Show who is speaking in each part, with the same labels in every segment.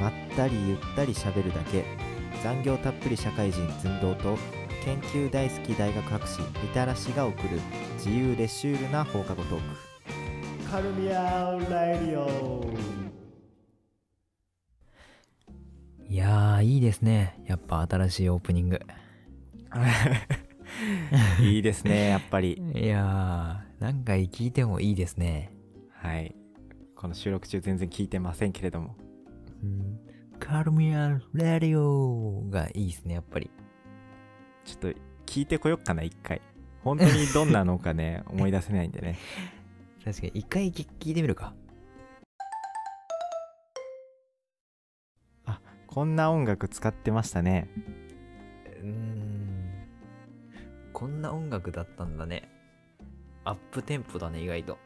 Speaker 1: まったりゆったり喋るだけ残業たっぷり社会人寸胴と研究大好き大学博士みたらしが送る自由でシュールな放課後トーク
Speaker 2: カルミアラディオ
Speaker 3: いやーいいですねやっぱ新しいオープニング
Speaker 1: いいですねやっぱり
Speaker 3: いやー何回聞いてもいいですね
Speaker 1: はいこの収録中全然聞いてませんけれども
Speaker 3: うんカルミア・ラディオがいいですねやっぱり
Speaker 1: ちょっと聞いてこよっかな一回本当にどんなのかね思い出せないんでね
Speaker 3: 確かに一回き聞いてみるか
Speaker 1: こんな音楽使ってましたね
Speaker 3: うーんこんな音楽だったんだねアップテンポだね意外と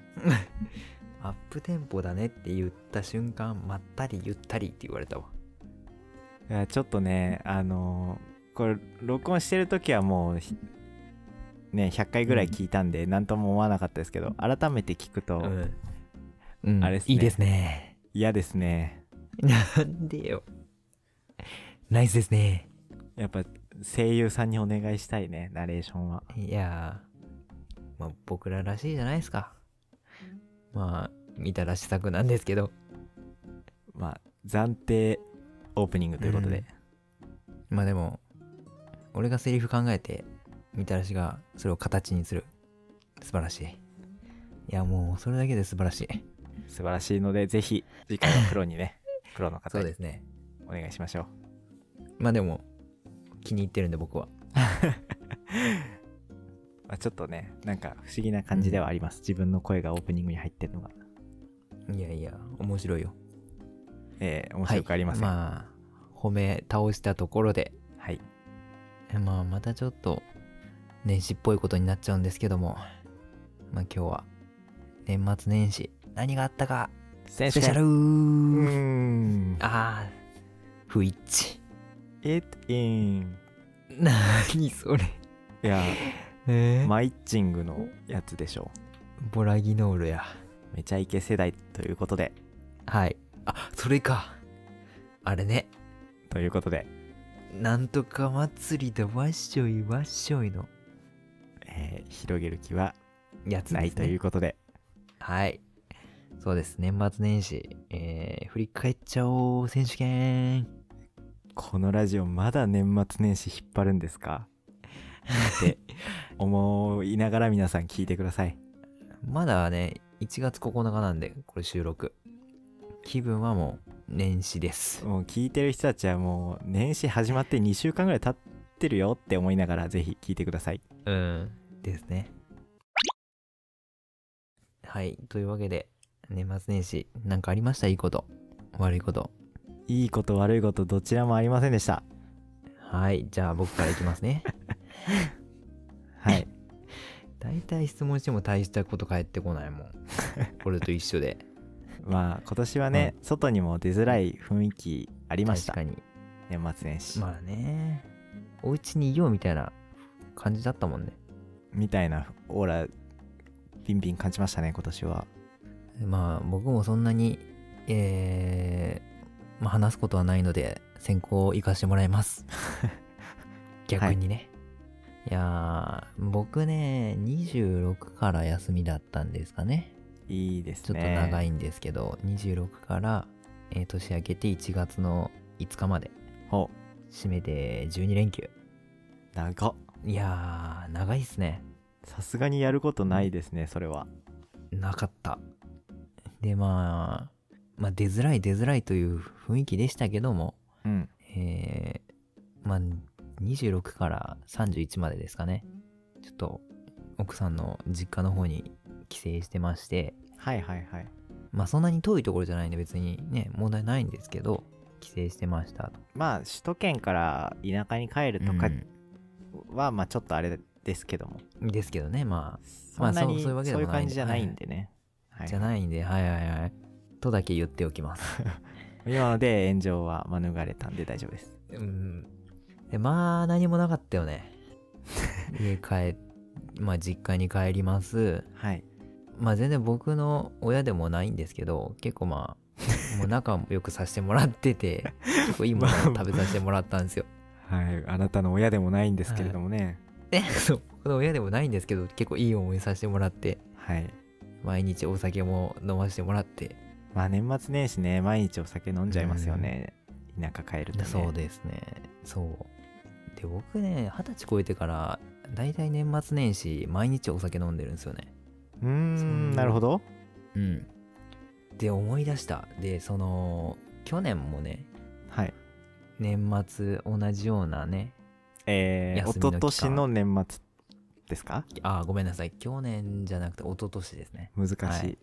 Speaker 3: アップテンポだねって言った瞬間まったりゆったりって言われたわ
Speaker 1: いやちょっとねあのーこれ録音してる時はもうひね100回ぐらい聞いたんで何とも思わなかったですけど改めて聞くと
Speaker 3: ん、うん、
Speaker 1: あれっすね
Speaker 3: いいですね
Speaker 1: 嫌ですね
Speaker 3: なんでよ。ナイスですね。
Speaker 1: やっぱ声優さんにお願いしたいねナレーションはい
Speaker 3: やー、まあ、僕ららしいじゃないですか。まあ、見たらし作なんですけど。
Speaker 1: まあ暫定オープニングということで、
Speaker 3: まあでも、俺がセリフ考えて、みたらしがそれを形にする。素晴らしい。いや、もうそれだけで素晴らしい。
Speaker 1: 素晴らしいのでぜひ次回はプロに ねプロの方
Speaker 3: そう
Speaker 1: に
Speaker 3: ですね。
Speaker 1: お願いしましょう
Speaker 3: まあでも、気に入ってるんで僕は。
Speaker 1: まあ、ちょっとねなんか不思議な感じではあります、自分の声がオープニングに入ってるのが
Speaker 3: いやいや、面白いよ。
Speaker 1: えー面白くありません、
Speaker 3: はい
Speaker 1: はい
Speaker 3: まあ、褒め倒したところで、まあまたちょっと年始っぽいことになっちゃうんですけどもまあ今日は年末年始何があったか
Speaker 1: 選
Speaker 3: ス
Speaker 1: 手
Speaker 3: ペシャル
Speaker 1: うーん
Speaker 3: あー不一致
Speaker 1: It in
Speaker 3: なにそれ
Speaker 1: いや
Speaker 3: え
Speaker 1: マイッチングのやつでしょ
Speaker 3: ボラギノールや
Speaker 1: うめちゃイケ世代ということで
Speaker 3: はいあそれかあれね
Speaker 1: ということで、
Speaker 3: なんとか祭りだわっしょいわっしょいの
Speaker 1: えー広げる気は
Speaker 3: やつです、ね、
Speaker 1: ないということで
Speaker 3: はい。そうです。年末年始、えー、振り返っちゃおう選手権。
Speaker 1: このラジオまだ年末年始引っ張るんですかって思いながら皆さん聞いてください
Speaker 3: まだね、1月9日なんで、これ収録。気分はもう、年始です。
Speaker 1: もう聞いてる人たちはもう年始始まって2週間ぐらい経ってるよって思いながらぜひ聞いてください
Speaker 3: うん。ですね。はい。というわけで、年末年始、なんかありましたいいこと。悪いこと。
Speaker 1: いいこと悪いことどちらもありませんでした
Speaker 3: はい。じゃあ、僕からいきますね。
Speaker 1: はい
Speaker 3: 大体質問しても大したこと返ってこないもん。これと一緒で。
Speaker 1: まあ今年はね、外にも出づらい雰囲気ありまし
Speaker 3: 確
Speaker 1: た
Speaker 3: かに。
Speaker 1: 年末年始、
Speaker 3: まあねお家にいようみたいな感じだったもんね
Speaker 1: みたいなオーラビンビン感じましたね今年は
Speaker 3: まあ僕もそんなにえーまあ話すことはないので先行行かしてもらいます 逆にね、い、やー僕ね26から休みだったんですかね
Speaker 1: いいです
Speaker 3: ちょっと
Speaker 1: ね
Speaker 3: 長
Speaker 1: い
Speaker 3: いんですけど、26から、えー年明けて1月の5日まで
Speaker 1: ほ
Speaker 3: 締めて12連休
Speaker 1: う長っ
Speaker 3: いやー長いっすね
Speaker 1: さすがにやることないですねそれは
Speaker 3: なかった。で、まあ、まあ、出づらい出づらいという雰囲気でしたけども、
Speaker 1: うん
Speaker 3: えー、まあ、26から31までですかね。ちょっと、奥さんの実家の方に帰省してまして、
Speaker 1: はいはいはい
Speaker 3: まあ、そんなに遠いところじゃないんで別にね、問題ないんですけど、帰省してましたと。
Speaker 1: まあ首都圏から田舎に帰るとか
Speaker 3: うん
Speaker 1: は、まあちょっとあれですけども
Speaker 3: ですけどね、ま
Speaker 1: そんなに
Speaker 3: そうそういうわけで
Speaker 1: そう
Speaker 3: も
Speaker 1: い
Speaker 3: な
Speaker 1: う
Speaker 3: い
Speaker 1: 感じじゃないんでね、
Speaker 3: あ、
Speaker 1: はい
Speaker 3: じゃないんで、はいはいはい。とだけ言っておきます。
Speaker 1: 今ので炎上は免れたんで大丈夫です
Speaker 3: うん。で、まあ、何もなかったよね。 家帰、まあ、実家に帰ります。
Speaker 1: はい
Speaker 3: まあ、全然僕の親でもないんですけど、結構まあ、 もう仲良くさせてもらってて、結構いいものを食べさせてもらったんですよ。
Speaker 1: はい、あなたの親でもないんですけれどもね。
Speaker 3: で、そう僕の親でもないんですけど、結構いい思いさせてもらって、
Speaker 1: はい。
Speaker 3: 毎日お酒も飲ませてもらって、
Speaker 1: まあ年末年始ね、毎日お酒飲んじゃいますよね。田舎帰るとね。
Speaker 3: そうですね。そう。で、僕ね、二十歳超えてから、だいたい年末年始、毎日お酒飲んでるんですよね。
Speaker 1: うーん、なるほど。
Speaker 3: うん。で、思い出した。で、その、去年もね、
Speaker 1: はい。
Speaker 3: 年末同じようなね、
Speaker 1: えー、
Speaker 3: 休み
Speaker 1: 一
Speaker 3: の期間
Speaker 1: 昨年の年末ですか
Speaker 3: あー、ごめんなさい。去年じゃなくて、一昨年ですね。
Speaker 1: 難しい。
Speaker 3: はい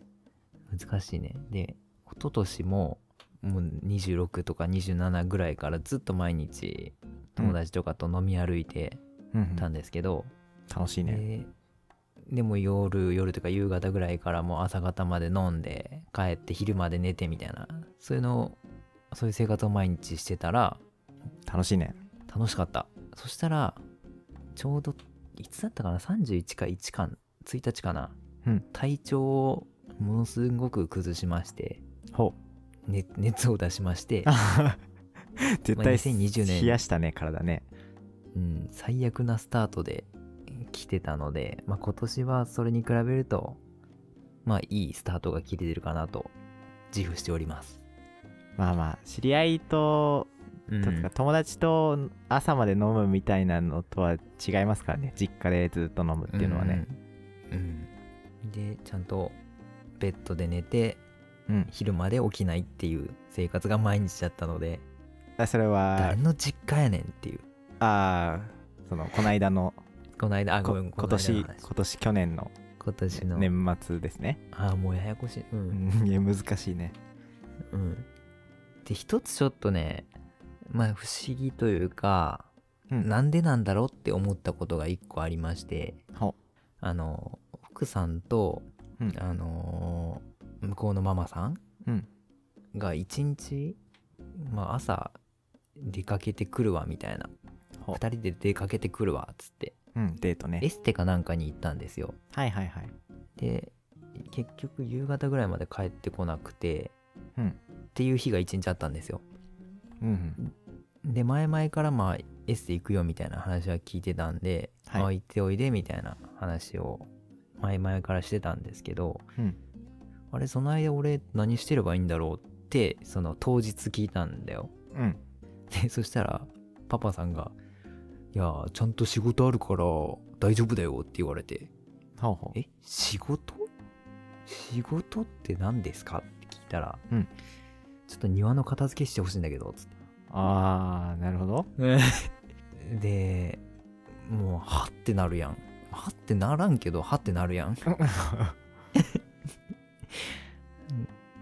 Speaker 3: 難しいね。で、一昨年も、もう26とか27ぐらいからずっと毎日友達とかと飲み歩いて
Speaker 1: うんうん
Speaker 3: たんですけど、
Speaker 1: 楽しいね。
Speaker 3: ででも夜夜とか夕方ぐらいからもう朝方まで飲んで帰って昼まで寝てみたいなそういうのをそういう生活を毎日してたら
Speaker 1: 楽しいね。
Speaker 3: 楽しかったそしたらちょうどいつだったかな31か1か1日かな、
Speaker 1: うん
Speaker 3: 体調をものすごく崩しまして、
Speaker 1: ほ
Speaker 3: ね熱を出しまして
Speaker 1: う、。 絶対
Speaker 3: 2020年
Speaker 1: 冷やしたね、体ね。
Speaker 3: うん、最悪なスタートで来てたので、まあ、今年はそれに比べるとまあいいスタートが切れてるかなと自負しております、
Speaker 1: まあまあ、知り合いと、
Speaker 3: うん、
Speaker 1: とか友達と朝まで飲むみたいなのとは違いますからね。実家でずっと飲むっていうのはね。
Speaker 3: うん、うんでちゃんとベッドで寝て
Speaker 1: うん。
Speaker 3: 昼まで起きないっていう生活が毎日だったので
Speaker 1: あそれは
Speaker 3: 誰、の実家やねんっていう
Speaker 1: ああ、その、この間の、
Speaker 3: この間あご
Speaker 1: こ
Speaker 3: めん
Speaker 1: 今
Speaker 3: この間
Speaker 1: 年、
Speaker 3: の
Speaker 1: 今
Speaker 3: 話
Speaker 1: 年、去年の
Speaker 3: 今年の、
Speaker 1: 年末ですね。
Speaker 3: ああもうややこしい、うん
Speaker 1: うんいや、難しいね。
Speaker 3: うん。で、一つちょっとね、まあ不思議というか、
Speaker 1: うん
Speaker 3: なんでなんだろうって思ったことが一個ありまして、
Speaker 1: ほ
Speaker 3: あの、奥さんと、
Speaker 1: うん
Speaker 3: あのー向こうのママさん
Speaker 1: うん
Speaker 3: が一日、まあ朝、出かけてくるわみたいな。
Speaker 1: ほう
Speaker 3: 二人で出かけてくるわっつって、
Speaker 1: うん、デート
Speaker 3: エ
Speaker 1: ね。
Speaker 3: ステかなんかに行ったんですよ。
Speaker 1: はいはいはい。
Speaker 3: で結局夕方ぐらいまで帰ってこなくて、
Speaker 1: うん
Speaker 3: っていう日が一日あったんですよ
Speaker 1: うん
Speaker 3: で前々からまあエステ行くよみたいな話は聞いてたんで、
Speaker 1: はい
Speaker 3: あ行っておいでみたいな話を前々からしてたんですけど、
Speaker 1: うん
Speaker 3: あれその間俺何してればいいんだろうってその当日聞いたんだよ
Speaker 1: うん。うん。
Speaker 3: でそしたらパパさんが「いやちゃんと仕事あるから大丈夫だよ」って言われて
Speaker 1: ほうほう。
Speaker 3: え仕事仕事って何ですかって聞いたら、
Speaker 1: うん
Speaker 3: ちょっと庭の片付けしてほしいんだけどつっ
Speaker 1: ああ、なるほど。
Speaker 3: て でもうはってなるやんはってならんけどはってなるやん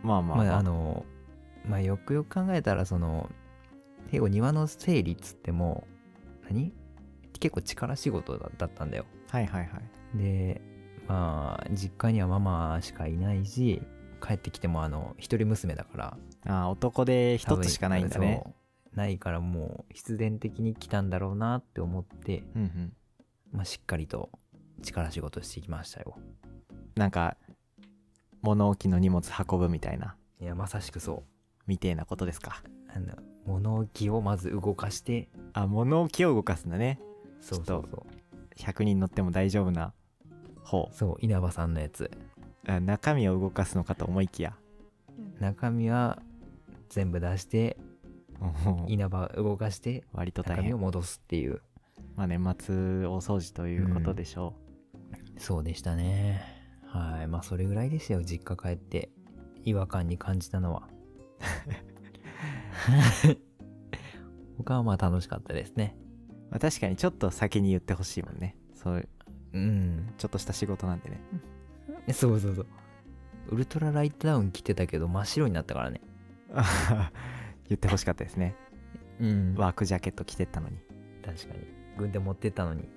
Speaker 1: まあまあ、
Speaker 3: まああのまあよくよく考えたらその結構庭の整理っつっても何結構力仕事だだったんだよ
Speaker 1: はいはいはい。
Speaker 3: でまあ実家にはママしかいないし帰ってきてもあの一人娘だから
Speaker 1: ああ、男で一つしかないんだね
Speaker 3: 多。分。そうないからもう必然的に来たんだろうなって思って、
Speaker 1: うんうん。
Speaker 3: まあ、しっかりと力仕事してきましたよ。
Speaker 1: なんか、物置の荷物運ぶみたいな、
Speaker 3: いや、まさしくそ
Speaker 1: みてえなことですか。
Speaker 3: う。あの物置をまず動かして、
Speaker 1: あ、物置を動かすんだね。
Speaker 3: そう
Speaker 1: ちょ
Speaker 3: そ
Speaker 1: っ
Speaker 3: う
Speaker 1: と
Speaker 3: そう。
Speaker 1: 100人乗っても大丈夫な方。
Speaker 3: そう、稲葉さんのやつ。
Speaker 1: あ中身を動かすのかと思いきや。
Speaker 3: 中身は全部出して、
Speaker 1: うん
Speaker 3: 稲葉動かして、
Speaker 1: 割と大
Speaker 3: 中身を
Speaker 1: 変。
Speaker 3: 戻すっていう。
Speaker 1: まあ年末大掃除ということでしょ
Speaker 3: そうでしたね。はい。まあ、それぐらいでしたよ。実家帰って、違和感に感じたのは。 他はまあ楽しかったですね。
Speaker 1: う。まあ、確かにちょっと先に言ってほしいもんね。そう、
Speaker 3: うん。
Speaker 1: ちょっとした仕事なんでね。
Speaker 3: そうそうそう。ウルトラライトダウン着てたけど真っ白になったからね。
Speaker 1: 言ってほしかったですね。
Speaker 3: うん
Speaker 1: ワークジャケット着てったのに。
Speaker 3: 確かに。軍手持ってったのに。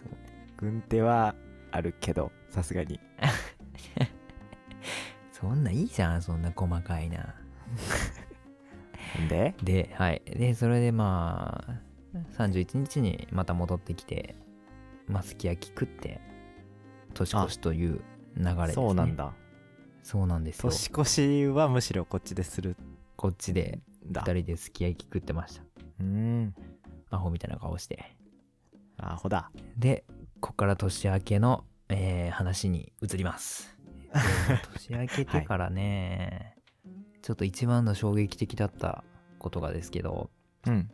Speaker 1: 軍手はあるけど、さすがに。
Speaker 3: そんないいじゃん、そんな細かいな。
Speaker 1: んで
Speaker 3: で、はい。で、それでまあ、31日にまた戻ってきて、まあ、すき焼き食って、年越しという流れです、ね。
Speaker 1: そうなん。だ。
Speaker 3: そうなんですよ。
Speaker 1: 年越しはむしろこっちでする
Speaker 3: こっちで
Speaker 1: だ
Speaker 3: 2人ですき焼き食ってました
Speaker 1: うーん
Speaker 3: アホみたいな顔して
Speaker 1: アホだ
Speaker 3: でここから年明けの、えー話に移りますで年明けてからね、ちょっと一番の衝撃的だったことがですけど
Speaker 1: うん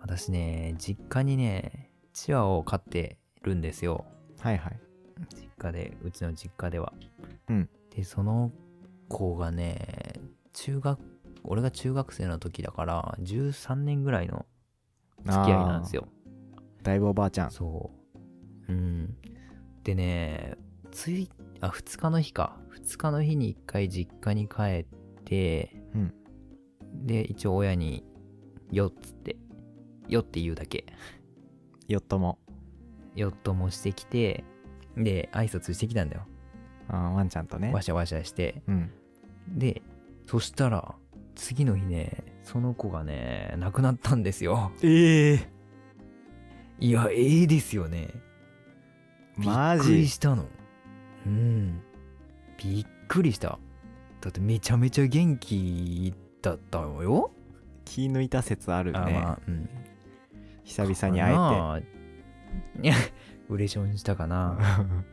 Speaker 3: 私ね実家にねチワワを飼ってるんですよ
Speaker 1: はいはい
Speaker 3: 実家でうちの実家では、
Speaker 1: うん
Speaker 3: でその子がね中学俺が中学生の時だから13年ぐらいの付き合いなんです
Speaker 1: よ
Speaker 3: よ
Speaker 1: だいぶおばあちゃん
Speaker 3: そううんでねついあ2日の日か2日の日に1回実家に帰って、
Speaker 1: うん
Speaker 3: で一応親に「よ」っつって「よ」って言うだけ
Speaker 1: よっとも
Speaker 3: よっともしてきてで挨拶してきたんだよ
Speaker 1: あーワンちゃんとね
Speaker 3: わしゃわしゃして
Speaker 1: うん
Speaker 3: でそしたら次の日ねその子がね亡くなったんですよ
Speaker 1: ええ
Speaker 3: いやええですよね
Speaker 1: マ
Speaker 3: びっくり
Speaker 1: ジ
Speaker 3: したのうんびっくりしただってめちゃめちゃ元気だったのよ、
Speaker 1: 気抜いた説ある
Speaker 3: あ
Speaker 1: ね
Speaker 3: まあうん
Speaker 1: 久々に会え
Speaker 3: え ていやうれしょんしたかな っ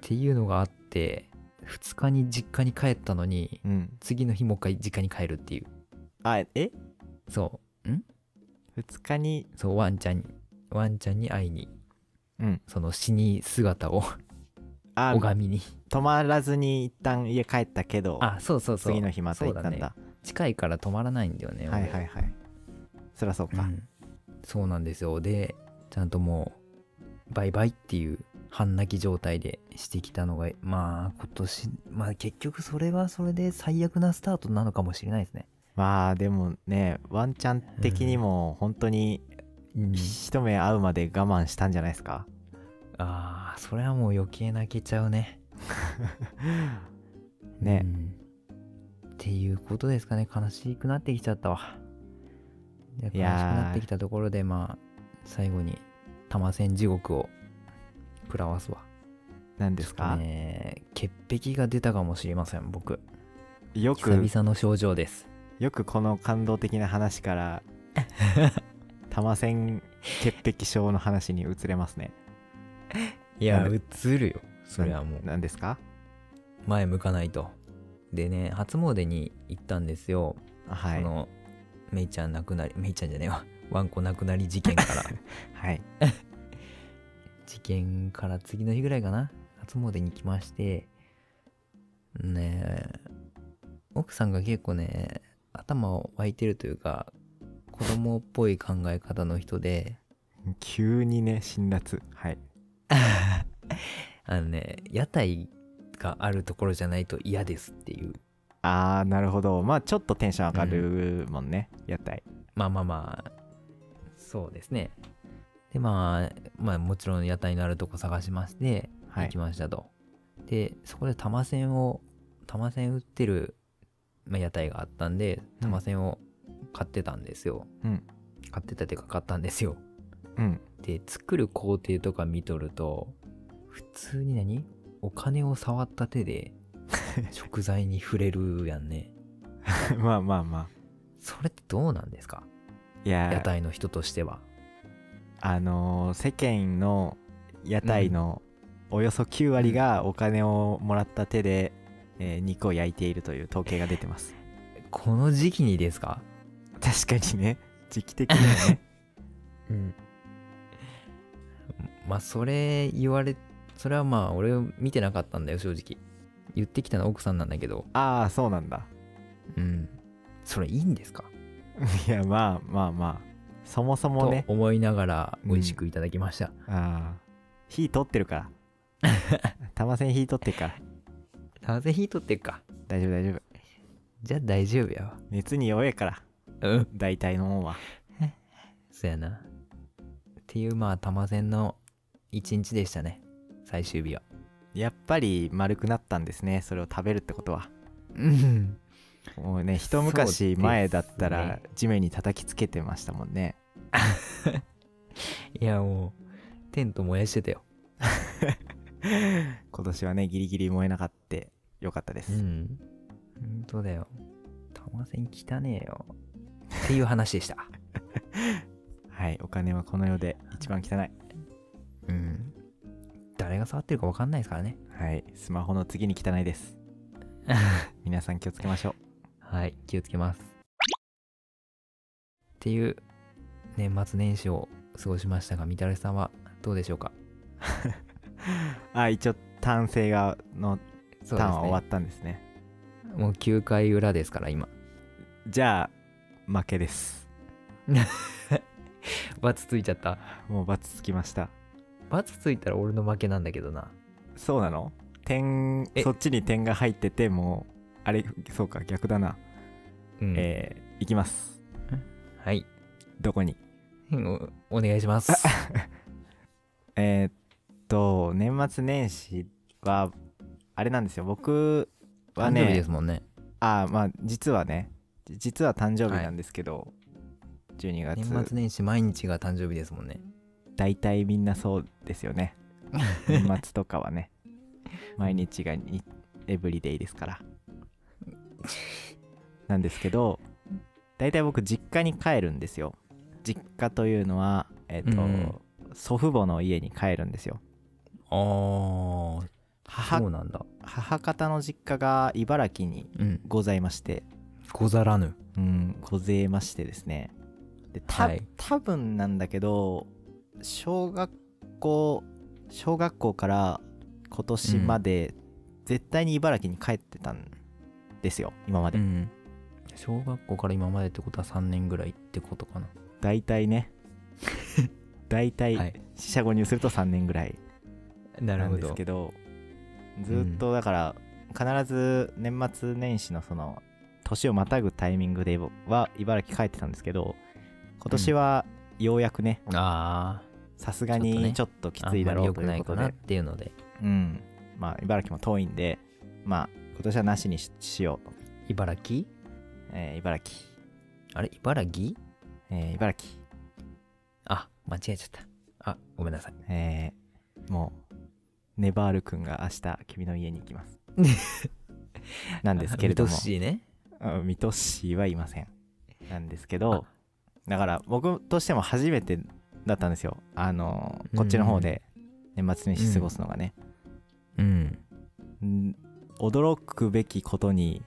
Speaker 3: ていうのがあって2日に実家に帰ったのに
Speaker 1: てうん
Speaker 3: 次の日もう一回実家に帰るっていう
Speaker 1: あえ
Speaker 3: そ
Speaker 1: 2日に
Speaker 3: うそうワンちゃんにワンちゃんに会いに
Speaker 1: うん
Speaker 3: その死に姿を
Speaker 1: あ
Speaker 3: 拝みに
Speaker 1: 泊まらずに一旦家帰ったけど
Speaker 3: あそうそうそう
Speaker 1: 次の日また行ったんだ
Speaker 3: そうね近いから止まらないんだよね
Speaker 1: はい
Speaker 3: 俺
Speaker 1: はいはいそりゃそう
Speaker 3: う
Speaker 1: か、
Speaker 3: んそうなんですよでちゃんともうバイバイっていう半泣き状態でしてきたのがまあ今年まあ結局それはそれで最悪なスタートなのかもしれないですね、
Speaker 1: まあでもねワンちゃん的にも本当に
Speaker 3: うん
Speaker 1: 一目会うまで我慢したんじゃないですか、
Speaker 3: ああそれはもう余計泣けちゃうね
Speaker 1: ね
Speaker 3: うんっていうことですかね悲しくなってきちゃったわで悲しく
Speaker 1: いやー
Speaker 3: なってきたところでまあ最後に玉線地獄を食らわすわ
Speaker 1: なんです
Speaker 3: ちょ
Speaker 1: か、
Speaker 3: っとね潔癖が出たかもしれません僕
Speaker 1: よ
Speaker 3: 久
Speaker 1: く
Speaker 3: 々の症状です
Speaker 1: よくこの感動的な話から 玉線潔癖症の話に移れますね
Speaker 3: い
Speaker 1: な
Speaker 3: や
Speaker 1: ん
Speaker 3: うつるよそれはもう
Speaker 1: 何ですか
Speaker 3: 前向かないとでね初詣に行ったんですよ、
Speaker 1: は
Speaker 3: そ
Speaker 1: い
Speaker 3: のめいちゃん亡くなりめいちゃんじゃねえわわんこ亡くなり事件から
Speaker 1: はい
Speaker 3: 事件から次の日ぐらいかな初詣に来ましてねえ奥さんが結構ね頭を湧いてるというか子供っぽい考え方の人で
Speaker 1: 急にね辛辣はい
Speaker 3: あのね、屋台があるところじゃないと嫌ですっていう。
Speaker 1: あーなるほどまあちょっとテンション上がるもんね、屋台
Speaker 3: まあまあまあ、そうですね。で、まあ、まあもちろん屋台のあるとこ探しまして、
Speaker 1: は
Speaker 3: 行
Speaker 1: い
Speaker 3: きましたと。で、そこで玉線を、玉線売ってる、まあ、屋台があったんで、
Speaker 1: うん
Speaker 3: 玉線を買ってたんですよ。
Speaker 1: うん
Speaker 3: 買ってたっていうか買ったんですよ。
Speaker 1: うん
Speaker 3: で、作る工程とか見とると、普通に何お金を触った 手で食材に触れるやんね。
Speaker 1: まあまあまあ
Speaker 3: それってどうなんですか
Speaker 1: いやー
Speaker 3: 屋台の人としては。
Speaker 1: あのー世間の屋台のおよそ9割がお金をもらった手で、えー肉を焼いているという統計が出てます
Speaker 3: この時期にですか
Speaker 1: 確かにね時期的には ね
Speaker 3: うん。まあ、それ言われ、それはまあ、俺を見てなかったんだよ、正直。言ってきたのは奥さんなんだけど。
Speaker 1: ああそうなんだ
Speaker 3: うん。それいいんですか
Speaker 1: いやまあまあまあそもそも
Speaker 3: と
Speaker 1: ね
Speaker 3: 思いながら美味しくいただきました。
Speaker 1: あー火取ってるから 玉線火取ってるから
Speaker 3: なぜ火取ってっか。
Speaker 1: 大丈夫大丈夫
Speaker 3: じゃあ大丈夫やわ。
Speaker 1: 熱に弱いから
Speaker 3: うん。
Speaker 1: 大体のもんは
Speaker 3: そやな。っていう、まあ、玉線の一日でしたね。最終日は。
Speaker 1: やっぱり丸くなったんですねそれを食べるってことは
Speaker 3: うん。
Speaker 1: もうね一
Speaker 3: そうで
Speaker 1: 昔
Speaker 3: すね
Speaker 1: 前だったら地面に叩きつけてましたもんね
Speaker 3: いや、もう、テント燃やしてたよ。
Speaker 1: 今年はねギリギリ燃えなかったよかったです、
Speaker 3: うん。本当だよ。玉線汚ねえよ。っていう話でした。
Speaker 1: はいお金はこの世で一番汚い
Speaker 3: うん。誰が触ってるか分かんないですからね。
Speaker 1: はいスマホの次に汚いです 皆さん気をつけましょう
Speaker 3: はい、気をつけます。っていう年末年始を過ごしましたが、みたらしさんはどうでしょうか
Speaker 1: あ一応単性がの
Speaker 3: そ
Speaker 1: タ
Speaker 3: う
Speaker 1: ー
Speaker 3: です
Speaker 1: ンは終わ
Speaker 3: ね
Speaker 1: っ。たんですね
Speaker 3: もう9回裏ですから、今。
Speaker 1: じゃあ負けです
Speaker 3: バツついちゃった。
Speaker 1: もう罰つきました
Speaker 3: バツついたら俺の負けなんだけどな。
Speaker 1: そうなの点
Speaker 3: え
Speaker 1: そっちに点が入っててもうあれそうか逆だな、
Speaker 3: うん。
Speaker 1: えー、いきます
Speaker 3: はい。
Speaker 1: どこに
Speaker 3: うんおお願いします。
Speaker 1: えー、っと年末年始はあれなんですよ僕は
Speaker 3: 誕生日で
Speaker 1: ね
Speaker 3: すもんね。
Speaker 1: あーまあ実はねじ実は誕生日なんですけど、12
Speaker 3: 年
Speaker 1: 月
Speaker 3: 末年始毎日が誕生日ですもんね。
Speaker 1: 大体みんなそうですよね年末とかは ね毎日がにエブリデイですからなんですけど大体僕実家に帰るんですよ実家というのはえっ、と、
Speaker 3: うん
Speaker 1: 祖父母の家に帰るんですよ
Speaker 3: ああ、そう
Speaker 1: 母
Speaker 3: なんだ。
Speaker 1: 母方の実家が茨城に
Speaker 3: うん。
Speaker 1: ございまして
Speaker 3: ござらぬ。
Speaker 1: うんごぜましてですねでた、
Speaker 3: はい
Speaker 1: 多分なんだけど小学校小学校から今年まで、絶対に茨城に帰ってたんですよ今まで、
Speaker 3: うん。小学校から今までってことは3年ぐらいってことかな。
Speaker 1: 大体 ね大体、
Speaker 3: はい
Speaker 1: 四捨五入すると3年ぐらい
Speaker 3: な
Speaker 1: なんですけどずっとだから、必ず年末年始のその年をまたぐタイミングでは茨城帰ってたんですけど今年はようやくね
Speaker 3: あ
Speaker 1: さすが
Speaker 3: ちょっと
Speaker 1: に
Speaker 3: ね
Speaker 1: ちょっとき
Speaker 3: あ、
Speaker 1: ついだろ
Speaker 3: あ
Speaker 1: うんと
Speaker 3: ま
Speaker 1: い
Speaker 3: り良くな
Speaker 1: うことで
Speaker 3: いかなっていうので、
Speaker 1: うん。まあ、茨城も遠いんで、まあ、今年はなしにししようと。
Speaker 3: 茨城
Speaker 1: えー茨城。
Speaker 3: あれ茨城
Speaker 1: えー茨城。
Speaker 3: あ、間違えちゃった。あ、ごめんなさい。
Speaker 1: えーもう、ネバール君が明日、君の家に行き ます。なんですけれども、
Speaker 3: あ水戸市ね。
Speaker 1: うん水戸市はいません。なんですけど、だから僕としても初めてだったんですよ。あのーこっちの方で年末年始過ごすのがね。
Speaker 3: うん。
Speaker 1: うん驚くべきことに、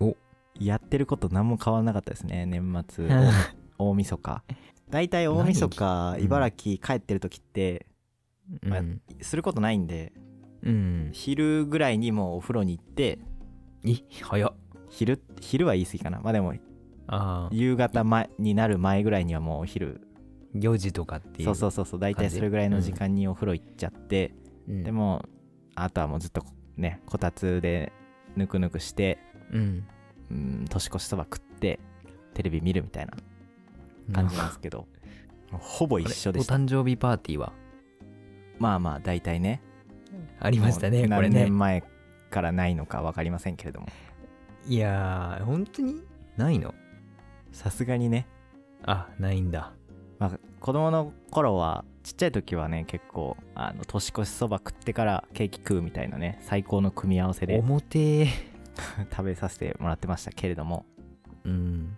Speaker 3: お
Speaker 1: やってること何も変わらなかったですね年 末大晦日大体大晦日
Speaker 3: 何うん
Speaker 1: 茨城帰ってる時ってまあ
Speaker 3: うん。
Speaker 1: することないんで
Speaker 3: うん。
Speaker 1: 昼ぐらいにもうお風呂に行って
Speaker 3: い、早っ。
Speaker 1: 昼昼は言い過ぎかなまあでも
Speaker 3: ああ、
Speaker 1: 夕方前になる前ぐらいにはもうお昼
Speaker 3: 4時とかってい
Speaker 1: そ
Speaker 3: う。
Speaker 1: うそうそうそう大体それぐらいの時間にお風呂行っちゃって、
Speaker 3: うん。
Speaker 1: でもあとはもうずっとねこたつでぬくぬくして
Speaker 3: うん。
Speaker 1: うん年越しそば食ってテレビ見るみたいな感じなんですけど、 ほぼ一緒でした
Speaker 3: あれお誕生日パーティーは
Speaker 1: まあまあ大体ね
Speaker 3: ありましたね、
Speaker 1: も
Speaker 3: こ
Speaker 1: う
Speaker 3: れ
Speaker 1: 何
Speaker 3: ね
Speaker 1: 年。前からないのか分かりませんけれども
Speaker 3: いやー、本当にないの
Speaker 1: さすがにね、
Speaker 3: あ、ないんだ。
Speaker 1: まあ、子供の頃はちっちゃい時はね結構あの年越しそば食ってからケーキ食うみたいなね最高の組み合わせで
Speaker 3: 表。
Speaker 1: 食べさせてもらってましたけれども
Speaker 3: うん。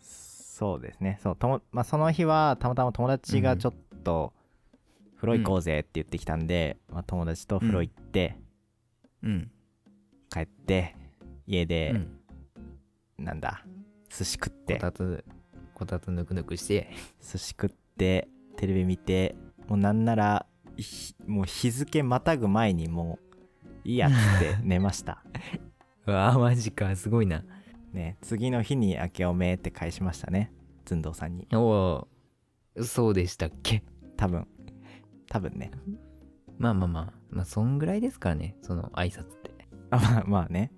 Speaker 1: そうですねそうとも、まあ、その日はたまたま友達がちょっと風呂行こうぜって言ってきたんで、まあ、友達と風呂行って
Speaker 3: うん。
Speaker 1: 帰って家で、
Speaker 3: うん
Speaker 1: なんだ寿司食っ
Speaker 3: こ
Speaker 1: て
Speaker 3: たつ、こたつぬくぬくして。
Speaker 1: 寿司食ってテレビ見てもうなんならひもう日付またぐ前にもういいやっつ って寝ました
Speaker 3: うわあ、マジか、すごいな。
Speaker 1: ね次の日に明けおめって返しましたねずんどうさんに
Speaker 3: おお、そうでしたっけ。
Speaker 1: 多分多分ね
Speaker 3: まあまあまあ、まあ、そんぐらいですからね、その挨拶って。
Speaker 1: あまあまあ ね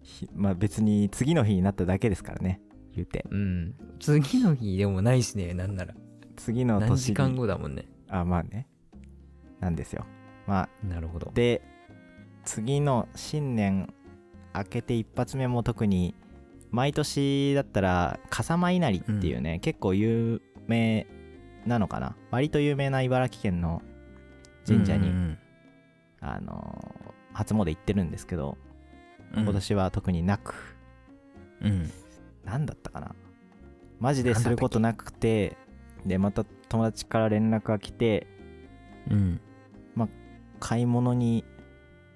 Speaker 1: ひまあ別に次の日になっただけですからね言うて
Speaker 3: うん。次の日でもないしね、なんなら。
Speaker 1: 次の
Speaker 3: 何
Speaker 1: 年
Speaker 3: 時間
Speaker 1: に
Speaker 3: 後だもんね。
Speaker 1: あまあねなんですよまあ
Speaker 3: なるほど。
Speaker 1: で次の新年明けて一発目も特に毎年だったら笠間稲荷っていうね、結構有名なのかな割と有名な茨城県の神社に、
Speaker 3: うんうん
Speaker 1: あのー初詣行ってるんですけど
Speaker 3: うん、
Speaker 1: 今年は特になく、
Speaker 3: うん。
Speaker 1: 何だったかなマジですることなくてでまた友達から連絡が来て
Speaker 3: うん。
Speaker 1: 買い物に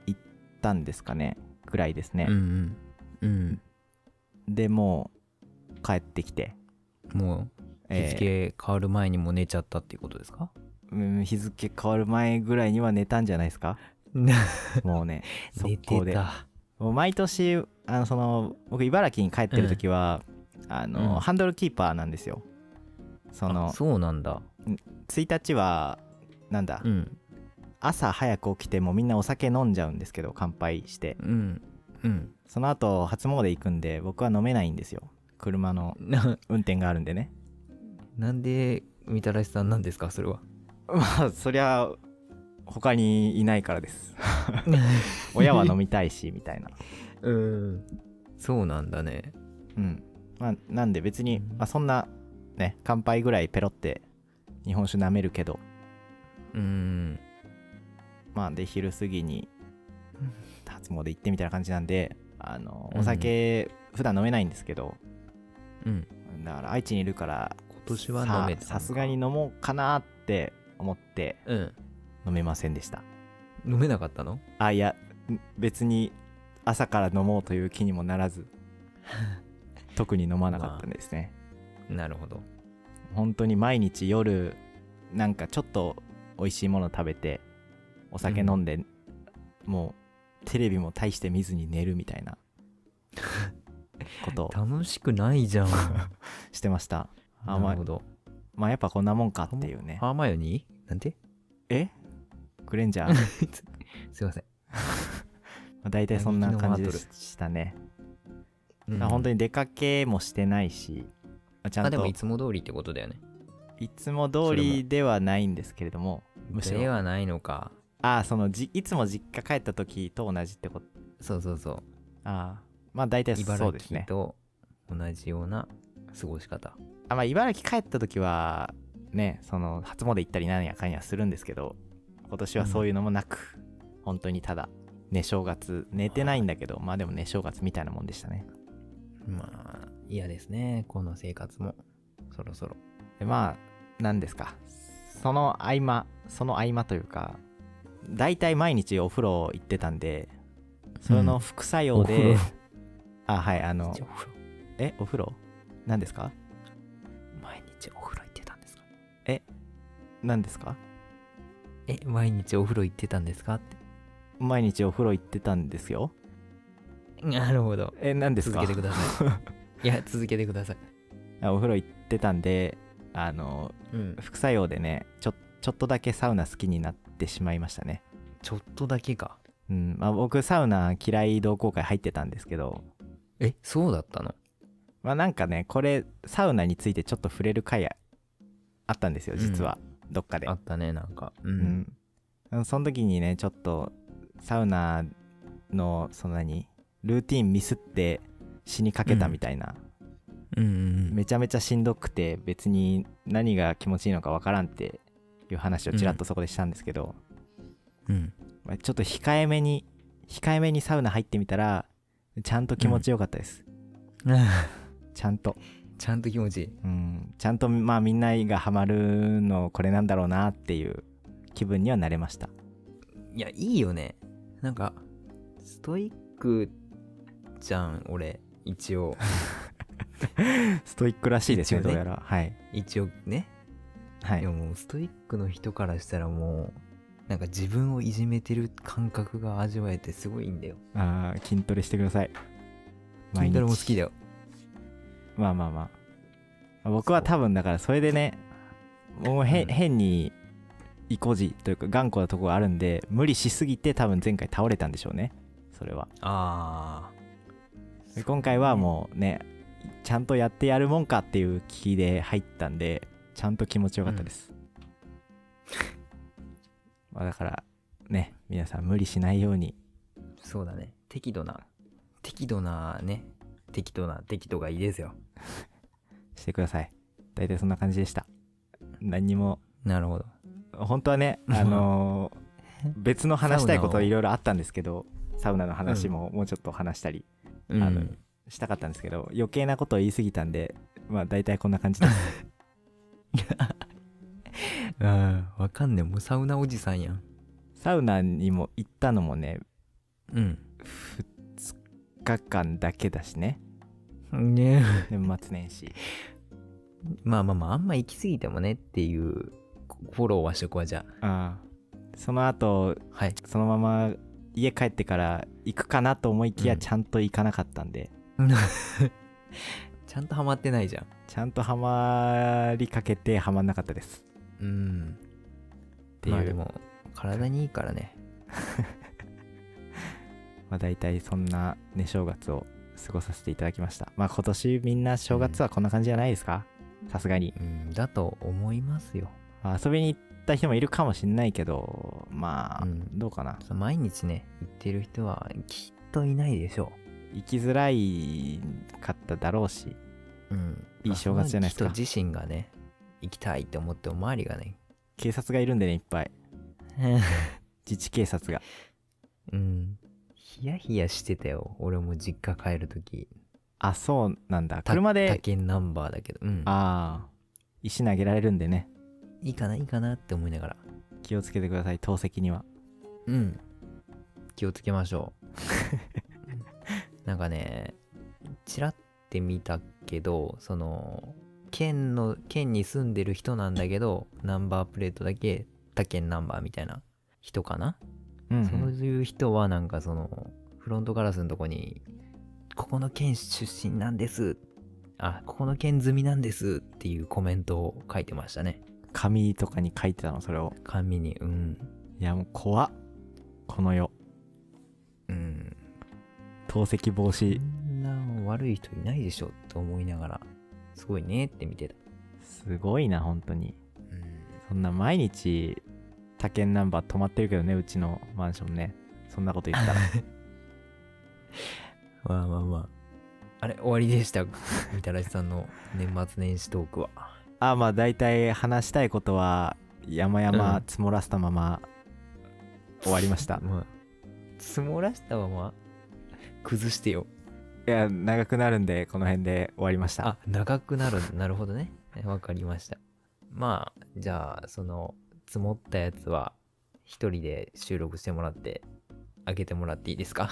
Speaker 1: 行ったんですかねぐらいですね
Speaker 3: う、んうん。うん。
Speaker 1: でもう帰ってきて、
Speaker 3: もう、日
Speaker 1: えー
Speaker 3: 付変わる前にもう寝ちゃったっていうことです か、
Speaker 1: うん日付変わる前ぐらいには寝たんじゃないです かもうね速
Speaker 3: 寝
Speaker 1: 攻
Speaker 3: て
Speaker 1: で
Speaker 3: た。
Speaker 1: もう毎年あのその僕茨城に帰ってる時は、あの
Speaker 3: うん
Speaker 1: ハンドルキーパーなんですよそ
Speaker 3: あ
Speaker 1: の
Speaker 3: そうなんだ。
Speaker 1: 1日はなんだ、
Speaker 3: うん。
Speaker 1: 朝早く起きてもうみんなお酒飲んじゃうんですけど乾杯して
Speaker 3: うん。うん。
Speaker 1: その後初詣行くんで僕は飲めないんですよ車の
Speaker 3: な、
Speaker 1: 運転があるんでね
Speaker 3: なんで、みたらしさんなんですかそ れは。
Speaker 1: まあそりゃ他にいないからです親は飲みたいしみたいな
Speaker 3: うん。そうなんだね。
Speaker 1: うんまあなんで別に、
Speaker 3: うん
Speaker 1: まあ、そんなね乾杯ぐらいペロって日本酒舐めるけど
Speaker 3: うん。
Speaker 1: まあで昼過ぎに
Speaker 3: うん
Speaker 1: 初詣行ってみたいな感じなんであの
Speaker 3: うん
Speaker 1: お酒普段飲めないんですけど、
Speaker 3: うん。
Speaker 1: だから愛知にいるから
Speaker 3: 今年は飲めたのか
Speaker 1: ささすがに。飲もうかなって思って
Speaker 3: うん。
Speaker 1: 飲めませんでした
Speaker 3: 飲めなかったの
Speaker 1: あいやん別に朝から飲もうという気にもなら ず特に飲まなかったんですね、
Speaker 3: なるほど。
Speaker 1: 本当に毎日夜なんかちょっと美味しいもの食べてお酒飲んで、もうテレビも大して見ずに寝るみたい なことを
Speaker 3: 楽しくな いじゃん。
Speaker 1: してましたあ
Speaker 3: なるほど。
Speaker 1: まあやっぱこんなもんかっていうね
Speaker 3: ハーマイオニーなんて
Speaker 1: えクレンジ ャー
Speaker 3: すいません。
Speaker 1: 大体そんな感じで
Speaker 3: ヤギの
Speaker 1: した ね、
Speaker 3: うん
Speaker 1: まあ本当に出かけもしてないしまあちゃ
Speaker 3: あ
Speaker 1: ん
Speaker 3: でも
Speaker 1: と
Speaker 3: いつも通りってことだよね。
Speaker 1: いつも通りではないんですけれどもむし
Speaker 3: で
Speaker 1: ろ
Speaker 3: はないのか。
Speaker 1: ああそのじいつも実家帰った時と同じってこと
Speaker 3: そうそうそう。
Speaker 1: ああまあ大体そ
Speaker 3: 茨
Speaker 1: うです
Speaker 3: 城
Speaker 1: ね
Speaker 3: と同じような過ごし方。
Speaker 1: あ、まあ、茨城帰った時はねその初詣行ったりなんやかんやするんですけど今年はそういうのもなく、本当にただ寝正月寝てないんだけどまあでも寝正月みたいなもんでしたね
Speaker 3: まあ、嫌ですね。この生活も。そろそろ。
Speaker 1: でまあ何ですかその合間その合間というか大体毎日お風呂行ってたんでその副作用で、
Speaker 3: うんお
Speaker 1: あはいあの
Speaker 3: 毎日お風呂。
Speaker 1: えお風呂何ですか
Speaker 3: 毎日お風呂行ってたんですか
Speaker 1: 何ですか
Speaker 3: え、毎日お風呂行ってたんですかって。
Speaker 1: 毎日お風呂行ってたんですよ
Speaker 3: なるほど。
Speaker 1: え何です
Speaker 3: 続
Speaker 1: か
Speaker 3: けてください。いや、続けてください。
Speaker 1: お風呂行ってたんであの
Speaker 3: うん。
Speaker 1: 副作用でねちょちょっとだけサウナ好きになってしまいましたね、
Speaker 3: ちょっとだけか。
Speaker 1: うんまあ、僕サウナ嫌い同好会入ってたんですけど
Speaker 3: え、そうだったの
Speaker 1: まあなんかねこれサウナについてちょっと触れる回あったんですよ実は、どっかで
Speaker 3: あったね、なんか。う
Speaker 1: う。ん、その時にねちょっとサウナのその何ルーティンミスって死にかけたみたいな、
Speaker 3: うんうん
Speaker 1: めちゃめちゃしんどくて別に何が気持ちいいのかわからんっていう話をちらっとそこでしたんですけど、
Speaker 3: うん。うん。
Speaker 1: まあちょっと控えめに控えめにサウナ入ってみたらちゃんと気持ちよかったです、ちゃんと、
Speaker 3: ちゃんと気持ちいい。
Speaker 1: うん、ちゃんとまあみんながハマるのこれなんだろうなっていう気分にはなれました
Speaker 3: いや、いいよね。なんか、ストイックじゃん、俺。一応。
Speaker 1: ストイックらしいですね
Speaker 3: 一応
Speaker 1: ど
Speaker 3: ね
Speaker 1: うやらはい
Speaker 3: 一応ね。
Speaker 1: はいい
Speaker 3: やもう、ストイックの人からしたらもう、なんか自分をいじめてる感覚が味わえてすごいいいんだよ。
Speaker 1: あー筋トレしてください毎
Speaker 3: 筋
Speaker 1: 日
Speaker 3: トレも好きだよ。
Speaker 1: まあまあまあ僕は多分だからそれでねもうへ、
Speaker 3: うん
Speaker 1: 変に意固地というか頑固なとこがあるんで無理しすぎて多分前回倒れたんでしょうねそれは
Speaker 3: あ
Speaker 1: で今回はもうねちゃんとやってやるもんかっていう気で入ったんでちゃんと気持ちよかったです、まあだからね皆さん無理しないように
Speaker 3: ー。そうだね。適度な、適度なね、適度な、適度がいいですよ。
Speaker 1: してください大体そんな感じでした何にも
Speaker 3: なるほど。
Speaker 1: 本当はね、あのー別の話したいこといろいろあったんですけどサウナの話ももうちょっと話したり
Speaker 3: うん
Speaker 1: あのしたかったんですけど余計なことを言い過ぎたんでまあ大体こんな感じです
Speaker 3: うん、わかんねえ。もうサウナおじさんやん。
Speaker 1: サウナにも行ったのもね
Speaker 3: うん。
Speaker 1: 2日間だけだしね
Speaker 3: ね
Speaker 1: 年末年始
Speaker 3: まあまあまあ、あんま行き過ぎてもねっていうフォローはしとこうじゃ
Speaker 1: ああその後
Speaker 3: あ。はい。
Speaker 1: そのまま家帰ってから行くかなと思いき
Speaker 3: う
Speaker 1: や
Speaker 3: ん
Speaker 1: ちゃんと行かなかったんで、
Speaker 3: ちゃんとハマってないじゃん。
Speaker 1: ちゃんとハマりかけてハマんなかったです
Speaker 3: うん。
Speaker 1: ていう
Speaker 3: まあでも、体にいいからね。
Speaker 1: まあ大体そんなね正月を過ごさせていただきましたまあ今年みんな正月はこんな感じじゃないですかさすがに
Speaker 3: うん、だと思いますよ。
Speaker 1: まあ遊びに行った人もいるかもしんないけどまあ、
Speaker 3: うん
Speaker 1: どうかな
Speaker 3: そう毎日ね、行ってる人はきっといないでしょ
Speaker 1: 行きづらいかっただろうし
Speaker 3: う。うん。
Speaker 1: いい正月じゃないですか
Speaker 3: まあその人自身がね、行きたいって思ってお周りがね。
Speaker 1: 警察がいるんでねいっぱい 自治警察が
Speaker 3: うん。ヒヤヒヤしてたよ。俺も実家帰るとき。
Speaker 1: あそうなんだ
Speaker 3: た
Speaker 1: 車
Speaker 3: 他
Speaker 1: で
Speaker 3: 県ナンバーだけど。うん。
Speaker 1: ああ石投げられるんでね
Speaker 3: いいかな、いいかなって思いながら。
Speaker 1: 気をつけてください投石には
Speaker 3: うん。気をつけましょう。 なんかね、ちらって見たけど、その、県の、県に住んでる人なんだけど、ナンバープレートだけ他県ナンバーみたいな人かな、
Speaker 1: うんうん、
Speaker 3: そういう人はなんかその、フロントガラスのとこに、ここの県出身なんです。あ、ここの県済みなんですっていうコメントを書いてましたね。
Speaker 1: 紙とかに書いてたのそれを
Speaker 3: 紙に、うん。
Speaker 1: いやもう怖っこの世
Speaker 3: うん。
Speaker 1: 投石防止
Speaker 3: そんな悪い人いないでしょと思いながら、すごいねって見てた。
Speaker 1: すごいな本当に
Speaker 3: うん。
Speaker 1: そんな毎日他県ナンバー止まってるけどねうちのマンションねそんなこと言 ったら
Speaker 3: まあまあまあ。あれ、終わりでした。 みたらしさんの年末年始トークは。
Speaker 1: あまあ大体話したいことは山
Speaker 3: う
Speaker 1: 々
Speaker 3: ん
Speaker 1: 積もらせたまま終わりました、
Speaker 3: まあ、積もらしたまま、崩してよ。
Speaker 1: いや長くなるんでこの辺で終わりました
Speaker 3: あ、長く なる、なるほどね。わかりました。まあ、じゃあ、その、積もったやつは、一人で収録してもらって、開けてもらっていいですか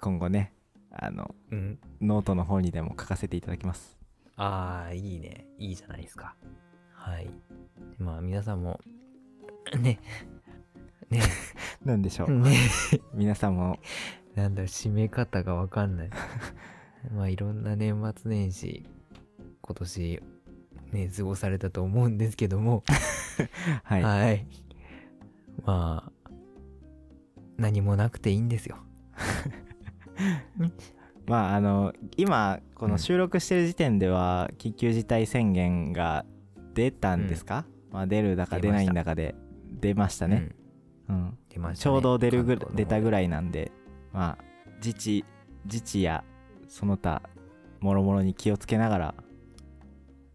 Speaker 1: 今後ねあの
Speaker 3: うん。
Speaker 1: ノートの方にでも書かせていただきます
Speaker 3: ああ、いいね。いいじゃないですか。はい。まあ、皆さんも、 ね、
Speaker 1: なんでしょう
Speaker 3: ね、
Speaker 1: 皆さんも
Speaker 3: なんだろう、締め方がわかんない。 まあ、いろんな年末年始、今年、ね、過ごされたと思うんですけども、
Speaker 1: はい、
Speaker 3: はい。まあ、何もなくていいんですよ。
Speaker 1: まああの今こ
Speaker 3: う
Speaker 1: の
Speaker 3: ん
Speaker 1: 収録してる時点では緊急事態宣言が出たんですか、まあ出るだか出ないんだかで出ましたね、うん
Speaker 3: うん。出まし
Speaker 1: ち
Speaker 3: たね、
Speaker 1: ょうど出るぐら
Speaker 3: 関東の方
Speaker 1: 出たぐらいなんでまあ自治自治やその他もろもろに気をつけながら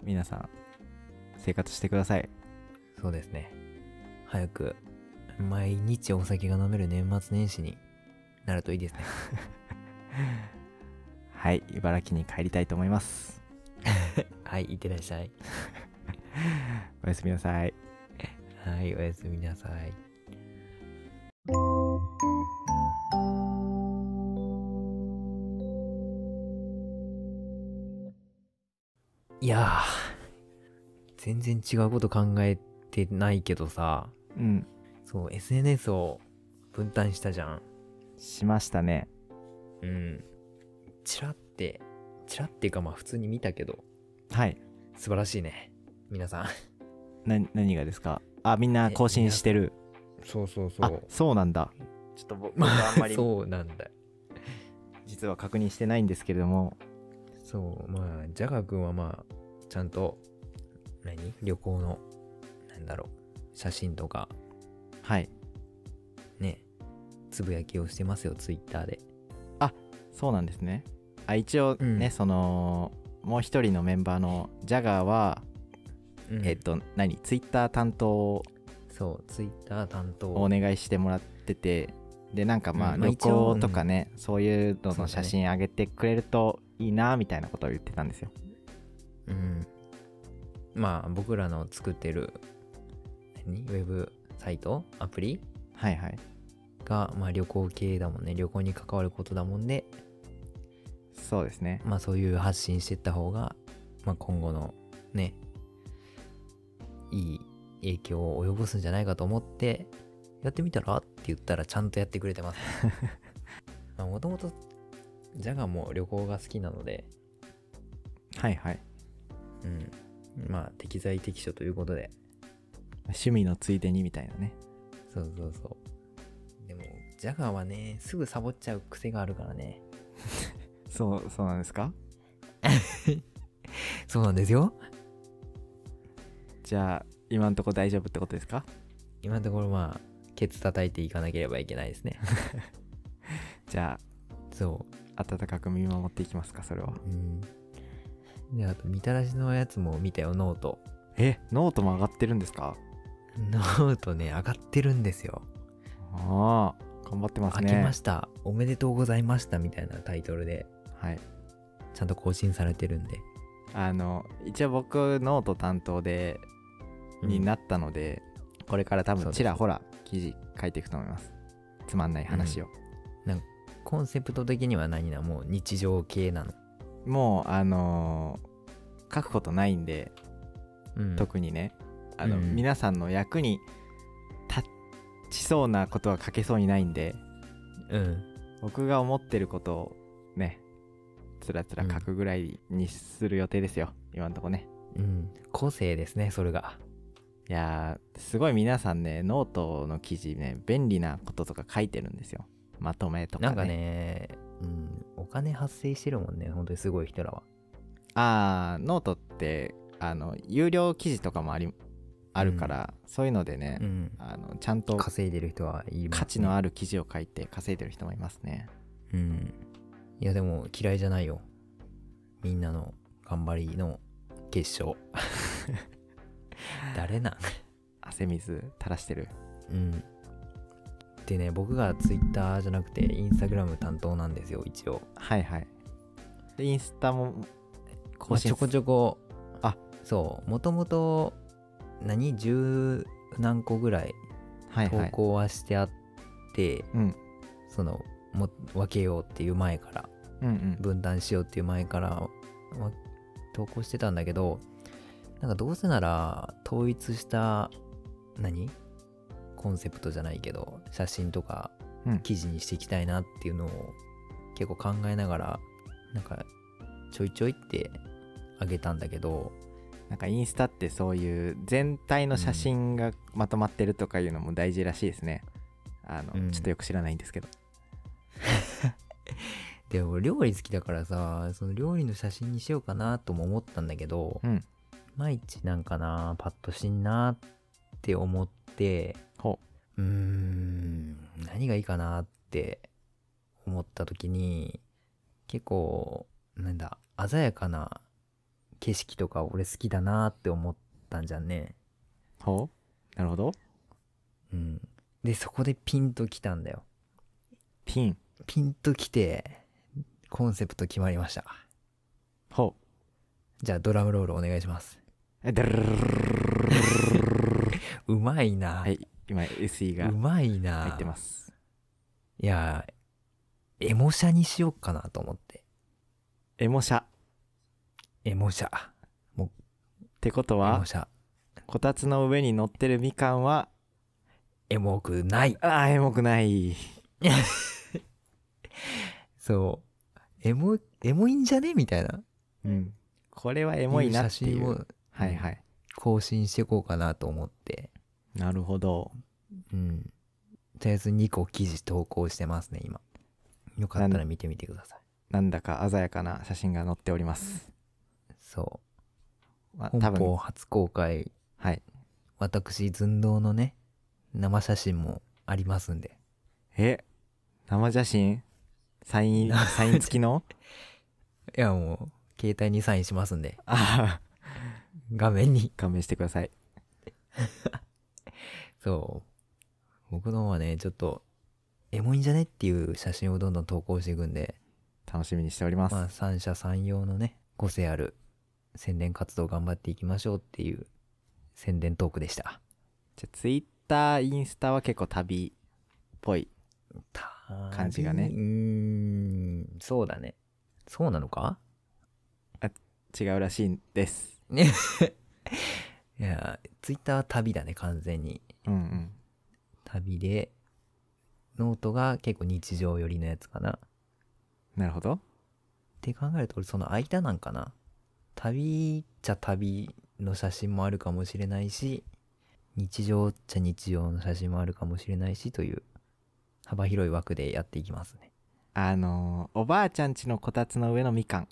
Speaker 1: 皆さん生活してください
Speaker 3: そうですね。早く、毎日お酒が飲める年末年始になるといいですね。
Speaker 1: はい茨城に帰りたいと思います
Speaker 3: はい、いってらっしゃい。
Speaker 1: おやすみなさい
Speaker 3: はい、おやすみなさい。いやー、全然違うこと考えてないけどさ、
Speaker 1: うん
Speaker 3: そう、SNS を分担したじゃん。
Speaker 1: しましたね
Speaker 3: うん。チラって、チラっていうかまあ普通に見たけど、
Speaker 1: はい
Speaker 3: 素晴らしいね。皆さん。
Speaker 1: な何がですかあみんな更新してる
Speaker 3: そうそうそ
Speaker 1: あ そうなんだちょっと僕はあんまり
Speaker 3: そうなんだ。
Speaker 1: 実は確認してないんですけれども
Speaker 3: そうまあジャガ君はまあちゃんと何旅行のなんだろう写真とか
Speaker 1: はい
Speaker 3: ねつぶやきをしてますよツイッターで
Speaker 1: そうなんですねあ一応ね、
Speaker 3: うん
Speaker 1: そのもう一人のメンバーのジャガーは、え
Speaker 3: え
Speaker 1: っと何ツイッター担当を
Speaker 3: そうツイッター担当
Speaker 1: お願いしてもらっててでなんかまあ
Speaker 3: うんまあ
Speaker 1: 旅
Speaker 3: 一応
Speaker 1: 行とかね、そういうのの
Speaker 3: そうだ
Speaker 1: 写
Speaker 3: ね
Speaker 1: 真あげてくれるといいなみたいなことを言ってたんですよ
Speaker 3: うん、まあ僕らの作ってる何ウェブサイトアプリ
Speaker 1: はいはい
Speaker 3: が、まあ、旅行系だもんね旅行に関わることだもんで、
Speaker 1: そうですね
Speaker 3: まあ、そういう発信してった方が、まあ、今後のねいい影響を及ぼすんじゃないかと思ってやってみたらって言ったらちゃんとやってくれて ますまあもともとジャガも旅行が好きなので、
Speaker 1: はいはい
Speaker 3: うん、まあ適材適所ということで
Speaker 1: 趣味のついでにみたいなね
Speaker 3: そうそうそう。でも、ジャガーはね、すぐサボっちゃう癖があるからね。
Speaker 1: そうそうなんですか
Speaker 3: そうなんですよ。
Speaker 1: じゃあ今んとこ大丈夫ってことですか
Speaker 3: 今のところまあ、ケツ叩いていかなければいけないですね。
Speaker 1: じゃ
Speaker 3: そ
Speaker 1: あ温かく見守っていきますかそれは
Speaker 3: う。うん。で、あと、みたらしのやつも見たよ、ノート。
Speaker 1: えノートも上がってるんですか
Speaker 3: ノートね、上がってるんですよ。
Speaker 1: ああ頑張ってます
Speaker 3: 開
Speaker 1: ね
Speaker 3: きました。おめでとうございましたみたいなタイトルで、
Speaker 1: はい
Speaker 3: ちゃんと更新されてるんで。
Speaker 1: あの一応僕ノート担当でになったので、これから多
Speaker 3: そう
Speaker 1: 分
Speaker 3: です
Speaker 1: ちらほら記事書いていくと思いますつまんない話を、
Speaker 3: コンセプト的には何なもう日常系なの。
Speaker 1: もうあのー書くことないんで、
Speaker 3: うん。
Speaker 1: 特にねあの、
Speaker 3: うん
Speaker 1: 皆さんの役に立ちそうなことは書けそうにないんで
Speaker 3: うん。
Speaker 1: 僕が思ってることをねつらつら書くぐらいにする予定ですよ、今んとこね
Speaker 3: うん。個性ですね、それが。
Speaker 1: いやーすごい皆さんねノートの記事ね便利なこととか書いてるんですよまとめとかね
Speaker 3: なんかね、うん、お金発生してるもんね、本当にすごい人らは。
Speaker 1: ああノートってあの有料記事とかもありあるから、そういうのでね、
Speaker 3: うん。
Speaker 1: あのちゃんと
Speaker 3: 稼いでる人はいい
Speaker 1: 価値の
Speaker 3: あ
Speaker 1: ある記事を書いて稼いでる人もいますね
Speaker 3: る。うん。いや、でも嫌いじゃないよ。みんなの頑張りの 結晶。誰なん
Speaker 1: 汗水垂らしてる
Speaker 3: うん。でね、僕が Twitter じゃなくて Instagram 担当なんですよ、一応。
Speaker 1: はいはいでインスタも
Speaker 3: ま
Speaker 1: 更
Speaker 3: あ、
Speaker 1: 新
Speaker 3: ちょこちょこ、
Speaker 1: あ
Speaker 3: そう、もともと、何、十何個ぐらい
Speaker 1: はい
Speaker 3: 投
Speaker 1: はい
Speaker 3: 稿はしてあって、
Speaker 1: うん
Speaker 3: そのも分けようっていう前から
Speaker 1: うんうん
Speaker 3: 分断しようっていう前から、ま投稿してたんだけどなんかどうせなら統一した何コンセプトじゃないけど写真とか
Speaker 1: うん
Speaker 3: 記事にしていきたいなっていうのを結構考えながらなんかちょいちょいってあげたんだけど
Speaker 1: なんかインスタってそういう全体の写真がまとまってるとかいうのも大事らしいですね、あの、
Speaker 3: うん
Speaker 1: ちょっとよく知らないんですけど
Speaker 3: でも料理好きだからさその料理の写真にしようかなとも思ったんだけど、
Speaker 1: うん
Speaker 3: 毎日なんかなパッとしんなって思って
Speaker 1: ほ
Speaker 3: うーん何がいいかなって思った時に結構なんだ鮮やかな景色とか俺好きだなって思ったんじゃんね
Speaker 1: うほうなるほど
Speaker 3: うんでそこでピンときたんだよ
Speaker 1: ピン
Speaker 3: ピンときてコンセプト決まりました
Speaker 1: ほう
Speaker 3: じゃあドラムロールお願いします
Speaker 1: えだるるるるるるるるる
Speaker 3: うまいな、
Speaker 1: はい今 SE が
Speaker 3: うまいな
Speaker 1: 入ってます
Speaker 3: いやーエモシャにしようかなと思って
Speaker 1: エモシャっ
Speaker 3: エモシャ
Speaker 1: てこと
Speaker 3: エ
Speaker 1: は
Speaker 3: モシャ
Speaker 1: こたつの上に乗ってるみかんは
Speaker 3: エモくない
Speaker 1: あーエモくない
Speaker 3: そうエモエモいんじゃねみたいな
Speaker 1: うんこれはエモいなっていう
Speaker 3: 写真を
Speaker 1: はいはい
Speaker 3: 更新していこうかなと思って
Speaker 1: なるほど
Speaker 3: うんとりあえず2個記事投稿してますね今よかったら見てみてください
Speaker 1: なんだか鮮やかな写真が載っております、
Speaker 3: そ
Speaker 1: まあ
Speaker 3: う
Speaker 1: 多
Speaker 3: 本邦
Speaker 1: 分
Speaker 3: 初公開
Speaker 1: はい
Speaker 3: 私寸胴のね生写真もありますんで
Speaker 1: え生写真サインサイン付きの
Speaker 3: いやもう携帯にサインしますんで
Speaker 1: ああ
Speaker 3: 画面に
Speaker 1: 勘弁してください
Speaker 3: そう。僕の方はね、ちょっと、エモいんじゃねっていう写真をどんどん投稿していくんで、
Speaker 1: 楽しみにしております、
Speaker 3: まあ、三者三様のね個性ある宣伝活動頑張っていきましょうっていう宣伝トークでした
Speaker 1: じゃあツイッターインスタは結構旅っぽい感じがね
Speaker 3: うーんそうだねそうなのか
Speaker 1: 違うらしいんです
Speaker 3: いやツイッターは旅だね完全に
Speaker 1: うんうん
Speaker 3: 旅でノートが結構日常寄りのやつかなっ
Speaker 1: なるほど
Speaker 3: て考えると俺その間なんかな旅っちゃ旅の写真もあるかもしれないし日常っちゃ日常の写真もあるかもしれないしという幅広い枠でやっていきますね
Speaker 1: あのーおばあちゃんちのこたつの上のみかん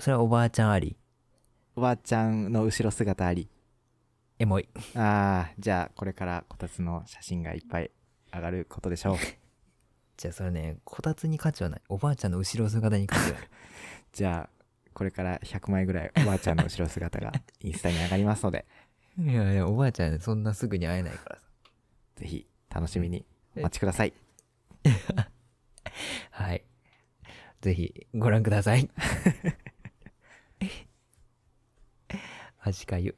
Speaker 3: それはおばあちゃんあり
Speaker 1: おばあちゃんの後ろ姿あり
Speaker 3: エモい
Speaker 1: あーじゃあこれからこたつの写真がいっぱい上がることでしょう
Speaker 3: じゃあそれねこたつに価値はないおばあちゃんの後ろ姿に価値はある
Speaker 1: じゃあこれから100枚ぐらいおばあちゃんの後ろ姿がインスタに上がりますので
Speaker 3: いやいやおばあちゃんそんなすぐに会えないからさ
Speaker 1: ぜひ楽しみにお待ちください
Speaker 3: はいぜひご 覧くださいアジカユ